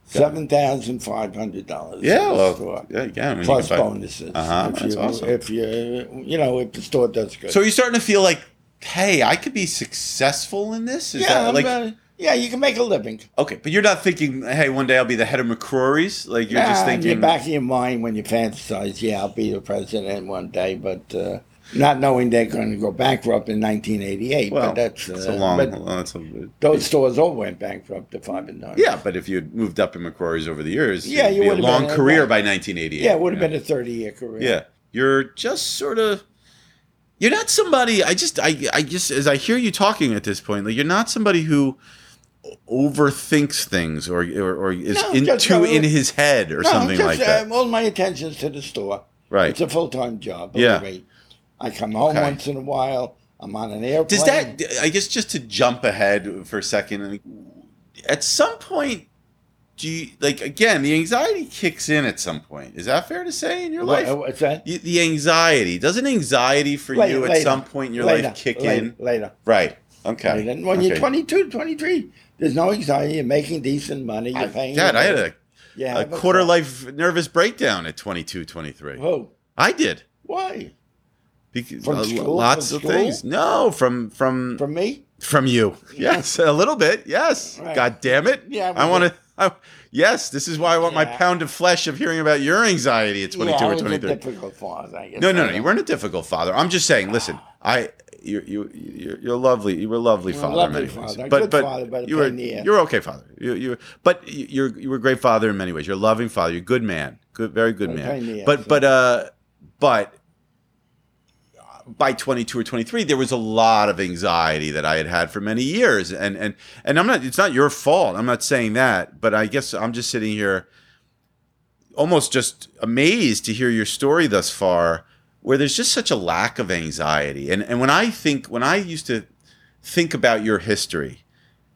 S2: Seven thousand five hundred dollars.
S1: yeah,
S2: store.
S1: well, yeah, yeah. I mean, you
S2: plus
S1: can buy-
S2: bonuses.
S1: Uh-huh,
S2: if
S1: that's
S2: you,
S1: awesome.
S2: If you, you know, if the store does good.
S1: So you're starting to feel like, hey, I could be successful in this. Is
S2: yeah,
S1: that
S2: I'm,
S1: like
S2: uh, yeah, you can make a living.
S1: okay? But you're not thinking, hey, one day I'll be the head of McCrory's. Like you're just
S2: Nah, in
S1: thinking,
S2: the back of your mind when you fantasize, yeah, I'll be the president one day, but uh, not knowing they're going to go bankrupt in 1988.
S1: well,
S2: but that's
S1: it's
S2: uh,
S1: a long.
S2: but
S1: well, that's a-
S2: those stores all went bankrupt, the five and nine.
S1: Yeah, but if you had moved up in McCrory's over the years,
S2: Yeah,
S1: it'd
S2: you
S1: be a
S2: would've
S1: long
S2: been-
S1: career by
S2: right.
S1: 1988.
S2: yeah, it would have
S1: you know?
S2: been a 30 year career.
S1: Yeah, you're just sort of. You're not somebody. I just, I, I just, as I hear you talking at this point, like you're not somebody who overthinks things or or, or is
S2: No,
S1: in,
S2: just
S1: too
S2: no,
S1: in his head or
S2: no,
S1: something
S2: just,
S1: like that,
S2: Um, all my attention's to the store.
S1: right?
S2: It's a full time job.
S1: Yeah.
S2: anyway. I come home
S1: Okay.
S2: once in a while. I'm on an airplane.
S1: Does that? I guess just to jump ahead for a second, I mean, at some point, do you like again? The anxiety kicks in at some point. Is that fair to say in your life?
S2: What, uh, what's that?
S1: You- the anxiety doesn't anxiety for
S2: Later,
S1: you at
S2: later,
S1: some point in your
S2: later,
S1: life kick
S2: later,
S1: in
S2: Later.
S1: right okay
S2: Right, And when you're
S1: Okay.
S2: 22, 23, there's no anxiety. You're making decent money. You're
S1: I-
S2: paying.
S1: Dad,
S2: your
S1: I had
S2: bills.
S1: a,
S2: You
S1: a
S2: have
S1: quarter
S2: car.
S1: life nervous breakdown at 22, 23.
S2: Whoa.
S1: I did.
S2: Why?
S1: Because
S2: From
S1: uh,
S2: school?
S1: lots
S2: From
S1: of things. No, from from
S2: From me?
S1: from you. Yes, a little bit. Yes.
S2: Right.
S1: God damn it.
S2: Yeah,
S1: I
S2: we
S1: want to. Yes, this is why I want my
S2: Yeah.
S1: pound of flesh of hearing about your anxiety at 22
S2: yeah, I
S1: or
S2: was a
S1: 23.
S2: difficult father, I guess.
S1: No, no, no. You weren't a difficult father. I'm just saying. Listen, I you you you're, you're lovely. You were a lovely
S2: You're a
S1: father. in many
S2: lovely
S1: ways.
S2: father, a
S1: But
S2: good
S1: but
S2: father, but a
S1: you were
S2: pain in the ass.
S1: you're okay father. You you but you- you're you were a great father in many ways. You're a loving father. You're a good man. Good, very good
S2: But a pain in
S1: man.
S2: the
S1: But
S2: ass,
S1: but uh but by 22 or 23 there was a lot of anxiety that i had had for many years and and and i'm not it's not your fault i'm not saying that but i guess i'm just sitting here almost just amazed to hear your story thus far where there's just such a lack of anxiety and and when i think when i used to think about your history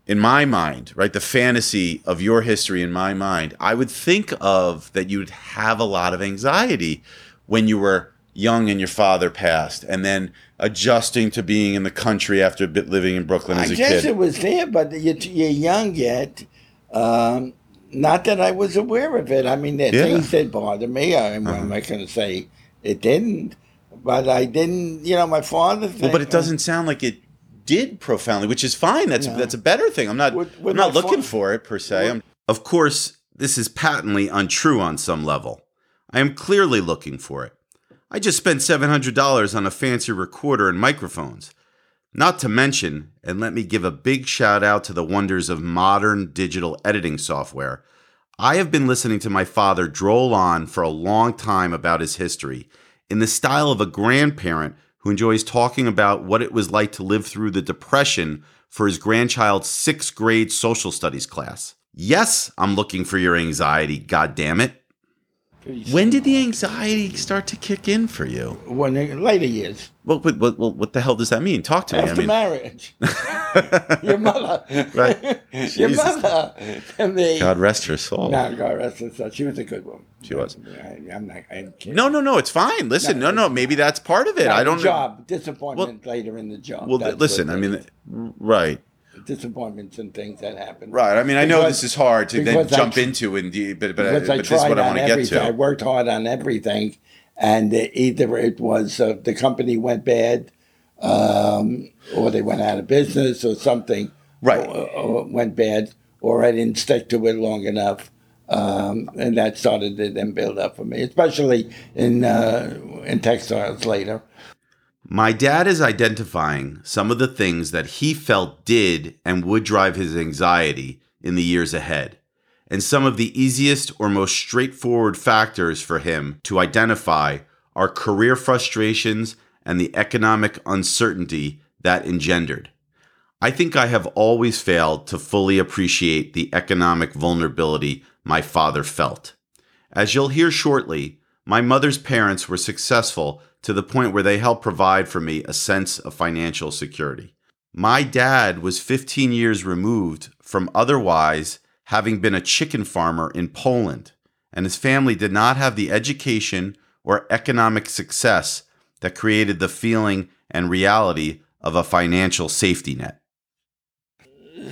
S1: in my mind right the fantasy of your history in my mind i would think of that you'd have a lot of anxiety when you were young and your father passed and then adjusting to being in the country after a bit living in brooklyn as
S2: I
S1: a
S2: guess
S1: kid
S2: it was there, but you're, you're young yet. Um, not that I was aware of it. I mean, there are
S1: Yeah. Uh-huh.
S2: things that bother me. I, am I'm not going to say it didn't, but I didn't, you know, my father.
S1: well,
S2: thing-
S1: but it doesn't sound like it did profoundly which is fine that's
S2: No.
S1: that's a better thing i'm not
S2: With- with
S1: i'm not
S2: my fa-
S1: looking for it per se
S2: With-
S1: I'm,
S5: Of course, this is patently untrue on some level. I am clearly looking for it. I just spent $700 on a fancy recorder and microphones. Not to mention, and let me give a big shout out to the wonders of modern digital editing software, I have been listening to my father droll on for a long time about his history in the style of a grandparent who enjoys talking about what it was like to live through the Depression for his grandchild's sixth grade social studies class. Yes, I'm looking for your anxiety, goddammit. When did the anxiety start to kick in for you?
S2: When, later years.
S5: Well, what, what, what, what the hell does that mean? Talk to me.
S2: After
S5: I mean,
S2: marriage. your mother.
S5: Right.
S2: your
S5: Jesus.
S2: mother. And the,
S5: God rest her soul.
S2: No, God rest her soul. She was a good woman.
S5: Oh. She was.
S2: I, am not. I'm kidding.
S5: No, no, no. It's fine. Listen, no,
S2: No,
S5: no. Maybe that's part of it.
S2: No,
S5: I don't know.
S2: job disappointment later in the job.
S5: Well,
S2: That's
S5: th- listen.
S2: what
S5: I
S2: it
S5: mean,
S2: is.
S5: right,
S2: disappointments and things that happen.
S1: right i mean i know
S2: Because-
S1: this is hard to then
S2: because I
S1: jump
S2: tr-
S1: into and do- but but,
S2: Because
S1: but
S2: I
S1: this is
S2: tried
S1: what i
S2: on
S1: want to get
S2: everything. I
S1: to
S2: worked hard on everything, and either it was uh, the company went bad, um, or they went out of business, or something
S1: Right.
S2: or, or went bad, or I didn't stick to it long enough. Um, and that started to then build up for me, especially in uh, in textiles later.
S1: My dad is identifying some of the things that he felt did and would drive his anxiety in the years ahead, and some of the easiest or most straightforward factors for him to identify are career frustrations and the economic uncertainty that engendered. I think I have always failed to fully appreciate the economic vulnerability my father felt. As you'll hear shortly, my mother's parents were successful to the point where they helped provide for me a sense of financial security. My dad was 15 years removed from otherwise having been a chicken farmer in Poland, and his family did not have the education or economic success that created the feeling and reality of a financial safety net.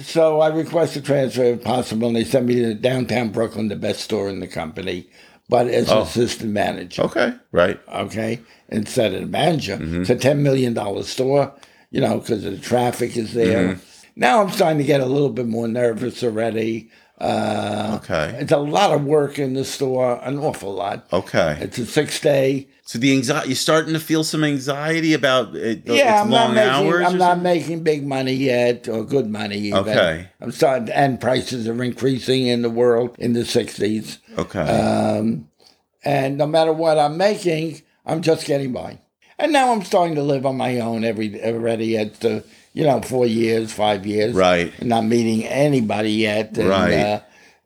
S2: So I requested transfer if possible, and they sent me to downtown Brooklyn, the best store in the company, but as
S1: Oh.
S2: assistant manager.
S1: Okay, right.
S2: okay, instead of the manager. It's a $10 million store, you know, because the traffic is there. Now I'm starting to get a little bit more nervous already. Uh,
S1: Okay.
S2: It's a lot of work in the store, an awful lot.
S1: Okay.
S2: It's a six day.
S1: So the anxiety, you're starting to feel some anxiety about it,
S2: yeah,
S1: it's
S2: I'm
S1: long
S2: not making
S1: hours.
S2: I'm
S1: or
S2: not
S1: something?
S2: making big money yet or good money. Even.
S1: Okay.
S2: I'm starting, and prices are increasing in the world in the sixties.
S1: Okay.
S2: Um, and no matter what I'm making, I'm just getting by. And now I'm starting to live on my own every already at the you know four years, five years,
S1: Right.
S2: And not meeting anybody yet, and,
S1: Right.
S2: Uh,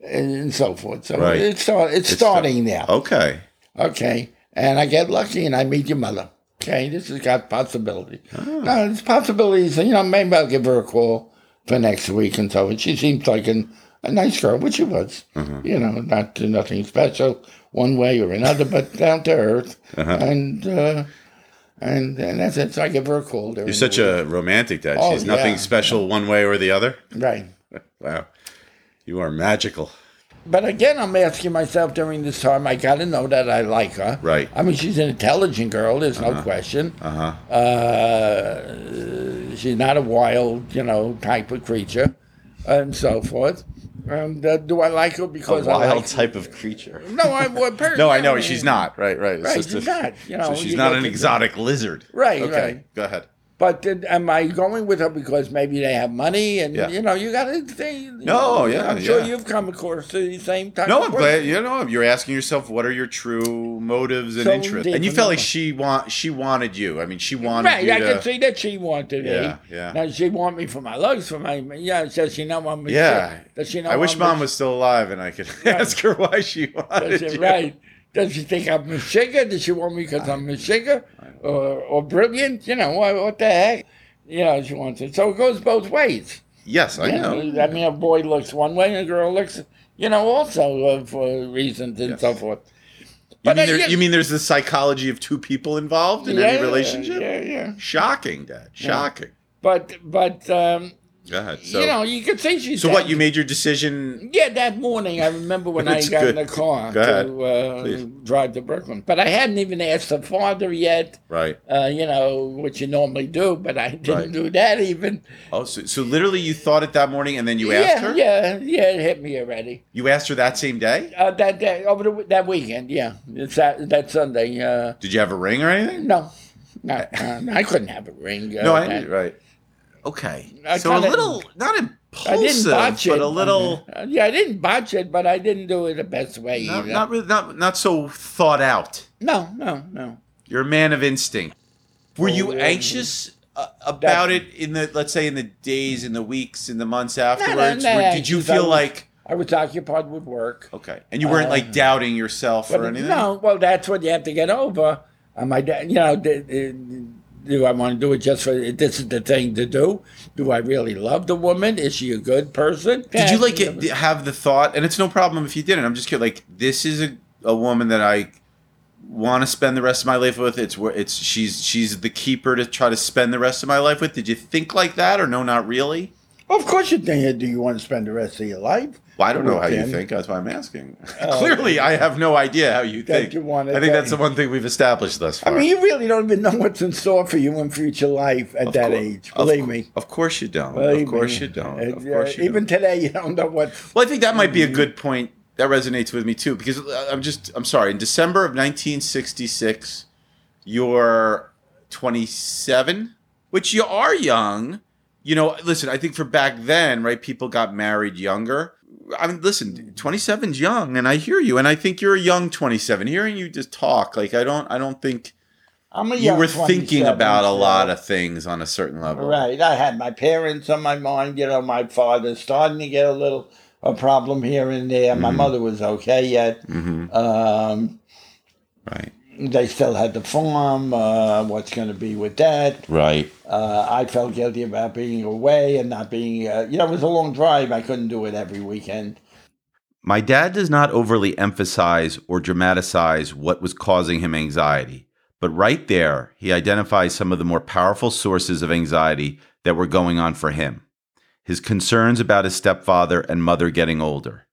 S2: and, and so forth. So
S1: Right.
S2: it's start, it's,
S1: It's start-
S2: starting now.
S1: okay.
S2: Okay, and I get lucky and I meet your mother. Okay, this has got possibility.
S1: Ah.
S2: Now, it's possibilities. You know, maybe I'll give her a call for next week and so. And she seems like an, a nice girl, which she was.
S1: Mm-hmm.
S2: You know, not nothing special one way or another, but down to earth.
S1: Uh-huh.
S2: And uh, and and that's it. So I give her a call.
S1: You're such a romantic dad.
S2: Oh,
S1: She's nothing
S2: yeah.
S1: special one way or the other.
S2: right.
S1: Wow. You are magical.
S2: But again, I'm asking myself during this time, I got to know that I like her.
S1: Right.
S2: I mean, she's an intelligent girl. There's no question. Uh-huh. she's not a wild, you know, type of creature, and so forth. And uh, do I like her because I like?
S1: type of creature.
S2: No, I well, apparently-
S1: No, I know she's not. Right, right. It's
S2: Right,
S1: just
S2: she's
S1: a-
S2: not, you know,
S1: so she's
S2: you
S1: not
S2: go
S1: an
S2: to-
S1: exotic lizard.
S2: Right,
S1: Okay.
S2: right.
S1: Go aad.
S2: But did, am I going with her because maybe they have money and
S1: Yeah.
S2: you know you got to think?
S1: No, yeah,
S2: I'm sure
S1: yeah.
S2: you've come across the same type.
S1: No,
S2: of
S1: I'm
S2: person.
S1: glad. You know, you're asking yourself what are your true motives and
S2: So
S1: interests,
S2: deep
S1: and you
S2: in
S1: felt
S2: the-
S1: like she want she wanted you. I mean, she wanted
S2: Right,
S1: you
S2: I
S1: to.
S2: can see that she wanted
S1: Yeah,
S2: me.
S1: yeah.
S2: Now she want me for my looks, for my yeah. Does she know I'm?
S1: Yeah.
S2: Does she know?
S1: I wish
S2: I'm
S1: mom was still alive and I could ask her why she wanted
S2: Does she,
S1: you.
S2: right? Does she think I'm a sugar? Does she want me because I'm a sugar or or brilliant? You know what, what the heck? You know she wants it. So it goes both ways.
S1: Yes, I
S2: You
S1: know.
S2: know, I mean, a boy looks one way, and a girl looks, you know, also uh, for reasons and so forth.
S1: You
S2: But
S1: mean,
S2: I-
S1: there, you mean there's the psychology of two people involved in any relationship?
S2: Yeah, yeah.
S1: Shocking, Dad. Shocking.
S2: But but um,
S1: Go ahead. So,
S2: you know, you could see she's.
S1: so what?
S2: down-
S1: You made your decision.
S2: Yeah, that morning I remember when I
S1: It's
S2: got in
S1: good.
S2: the car
S1: Go ahead.
S2: to uh,
S1: Please.
S2: drive to Brooklyn, but I hadn't even asked the father yet.
S1: Right.
S2: Uh, you know what you normally do, but I didn't
S1: Right.
S2: do that even.
S1: Oh, so, so literally, you thought it that morning, and then you
S2: yeah,
S1: asked her.
S2: yeah, yeah. It hit me already.
S1: You asked her that same day.
S2: Uh, that that over the, w- that weekend, yeah, it's that that Sunday. Uh,
S1: Did you have a ring or anything?
S2: no, no, uh, I couldn't have a ring. Uh,
S1: No, I
S2: that-
S1: didn't. Right. Okay.
S2: I
S1: so a
S2: kinda-
S1: little, not
S2: I didn't
S1: impulsive,
S2: botch it,
S1: but a little,
S2: Uh, yeah, I didn't botch it, but I didn't do it the best way.
S1: not,
S2: either.
S1: not really, not not so thought out.
S2: no, no, no.
S1: You're a man of instinct. Were you
S2: Oh, yeah.
S1: anxious uh, about it in the let's say in the days, in the weeks, in the months afterwards?
S2: no,
S1: Were-
S2: no,
S1: did you
S2: because I
S1: feel
S2: was-
S1: like
S2: I was occupied with work.
S1: okay, and you weren't like doubting yourself or
S2: Uh, But
S1: anything?
S2: No, well, that's what you have to get over. Uh, my dad, you know, d- d- do I want to do it just for this is the thing to do? Do I really love the woman? Is she a good person?
S1: Did you like it, have the thought? And it's no problem if you didn't. I'm just kidding. Like this is a, a woman that I want to spend the rest of my life with. It's where it's she's she's the keeper to try to spend the rest of my life with. Did you think like that or no? Not really.
S2: Of course, you think. Do you want to spend the rest of your life?
S3: Well, I don't know how you
S2: Ken.
S3: think. That's why I'm asking.
S2: Oh,
S3: Clearly, I have no idea how you
S2: That
S3: think.
S2: you wanted
S3: I think
S2: that-
S3: that's the one thing we've established thus
S2: I
S3: far.
S2: mean, you really don't even know what's in store for you in future life at
S3: Of
S2: that
S3: cour-
S2: age.
S3: of
S2: Believe
S3: cour-
S2: me.
S3: Of course you don't.
S2: Believe
S3: of course
S2: me.
S3: you don't.
S2: Uh,
S3: Of course you
S2: even
S3: don't.
S2: today, you don't know what.
S3: Well, I think that might be a good point. That resonates with me too, because uh, I'm just, I'm sorry. In December of 1966, you're 27, which you are young. You know, listen, I think for back then, right, people got married younger. I mean, listen, 27's young, and I hear you, and I think you're a young 27. Hearing you just talk, like, I don't, I don't think
S2: I'm a
S3: you
S2: young
S3: were thinking
S2: 27,
S3: about a
S2: so-
S3: lot of things on a certain level.
S2: Right. I had my parents on my mind, you know, my father starting to get a little a problem here and there. My
S3: Mhm.
S2: mother was okay yet.
S3: hmm
S2: Um,
S3: Right.
S2: they still had the farm. Uh, what's going to be with that?
S3: Right.
S2: Uh, I felt guilty about being away and not being, uh, you know, it was a long drive. I couldn't do it every weekend.
S1: My dad does not overly emphasize or dramatize what was causing him anxiety, but right there, he identifies some of the more powerful sources of anxiety that were going on for him his concerns about his stepfather and mother getting older,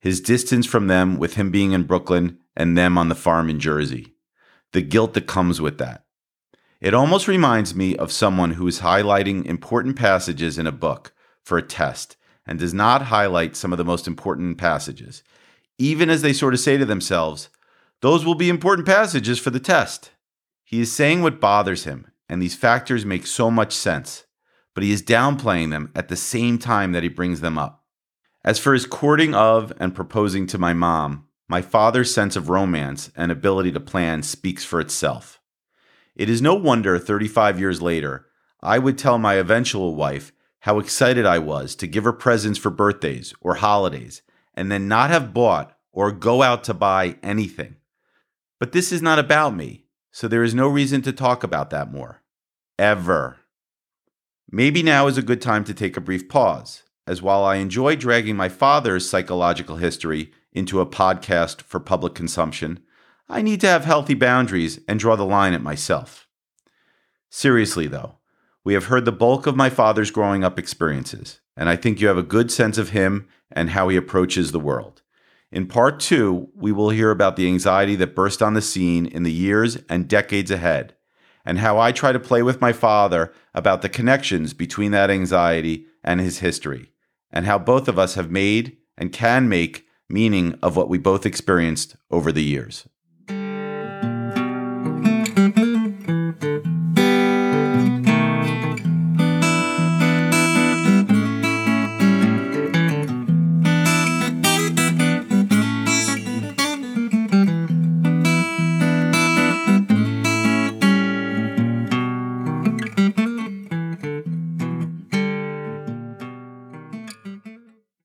S1: his distance from them with him being in Brooklyn and them on the farm in Jersey, the guilt that comes with that. It almost reminds me of someone who is highlighting important passages in a book for a test and does not highlight some of the most important passages, even as they sort of say to themselves, Those will be important passages for the test. He is saying what bothers him, and these factors make so much sense, but he is downplaying them at the same time that he brings them up. As for his courting of and proposing to my mom, my father's sense of romance and ability to plan speaks for itself. It is no wonder 35 years later, I would tell my eventual wife how excited I was to give her presents for birthdays or holidays and then not have bought or go out to buy anything. But this is not about me, so there is no reason to talk about that more. Ever. Maybe now is a good time to take a brief pause, as while I enjoy dragging my father's psychological history into a podcast for public consumption, I need to have healthy boundaries and draw the line at myself. Seriously, though, we have heard the bulk of my father's growing up experiences, and I think you have a good sense of him and how he approaches the world. In part two, we will hear about the anxiety that burst on the scene in the years and decades ahead, and how I try to play with my father about the connections between that anxiety and his history, and how both of us have made and can make meaning of what we both experienced over the years.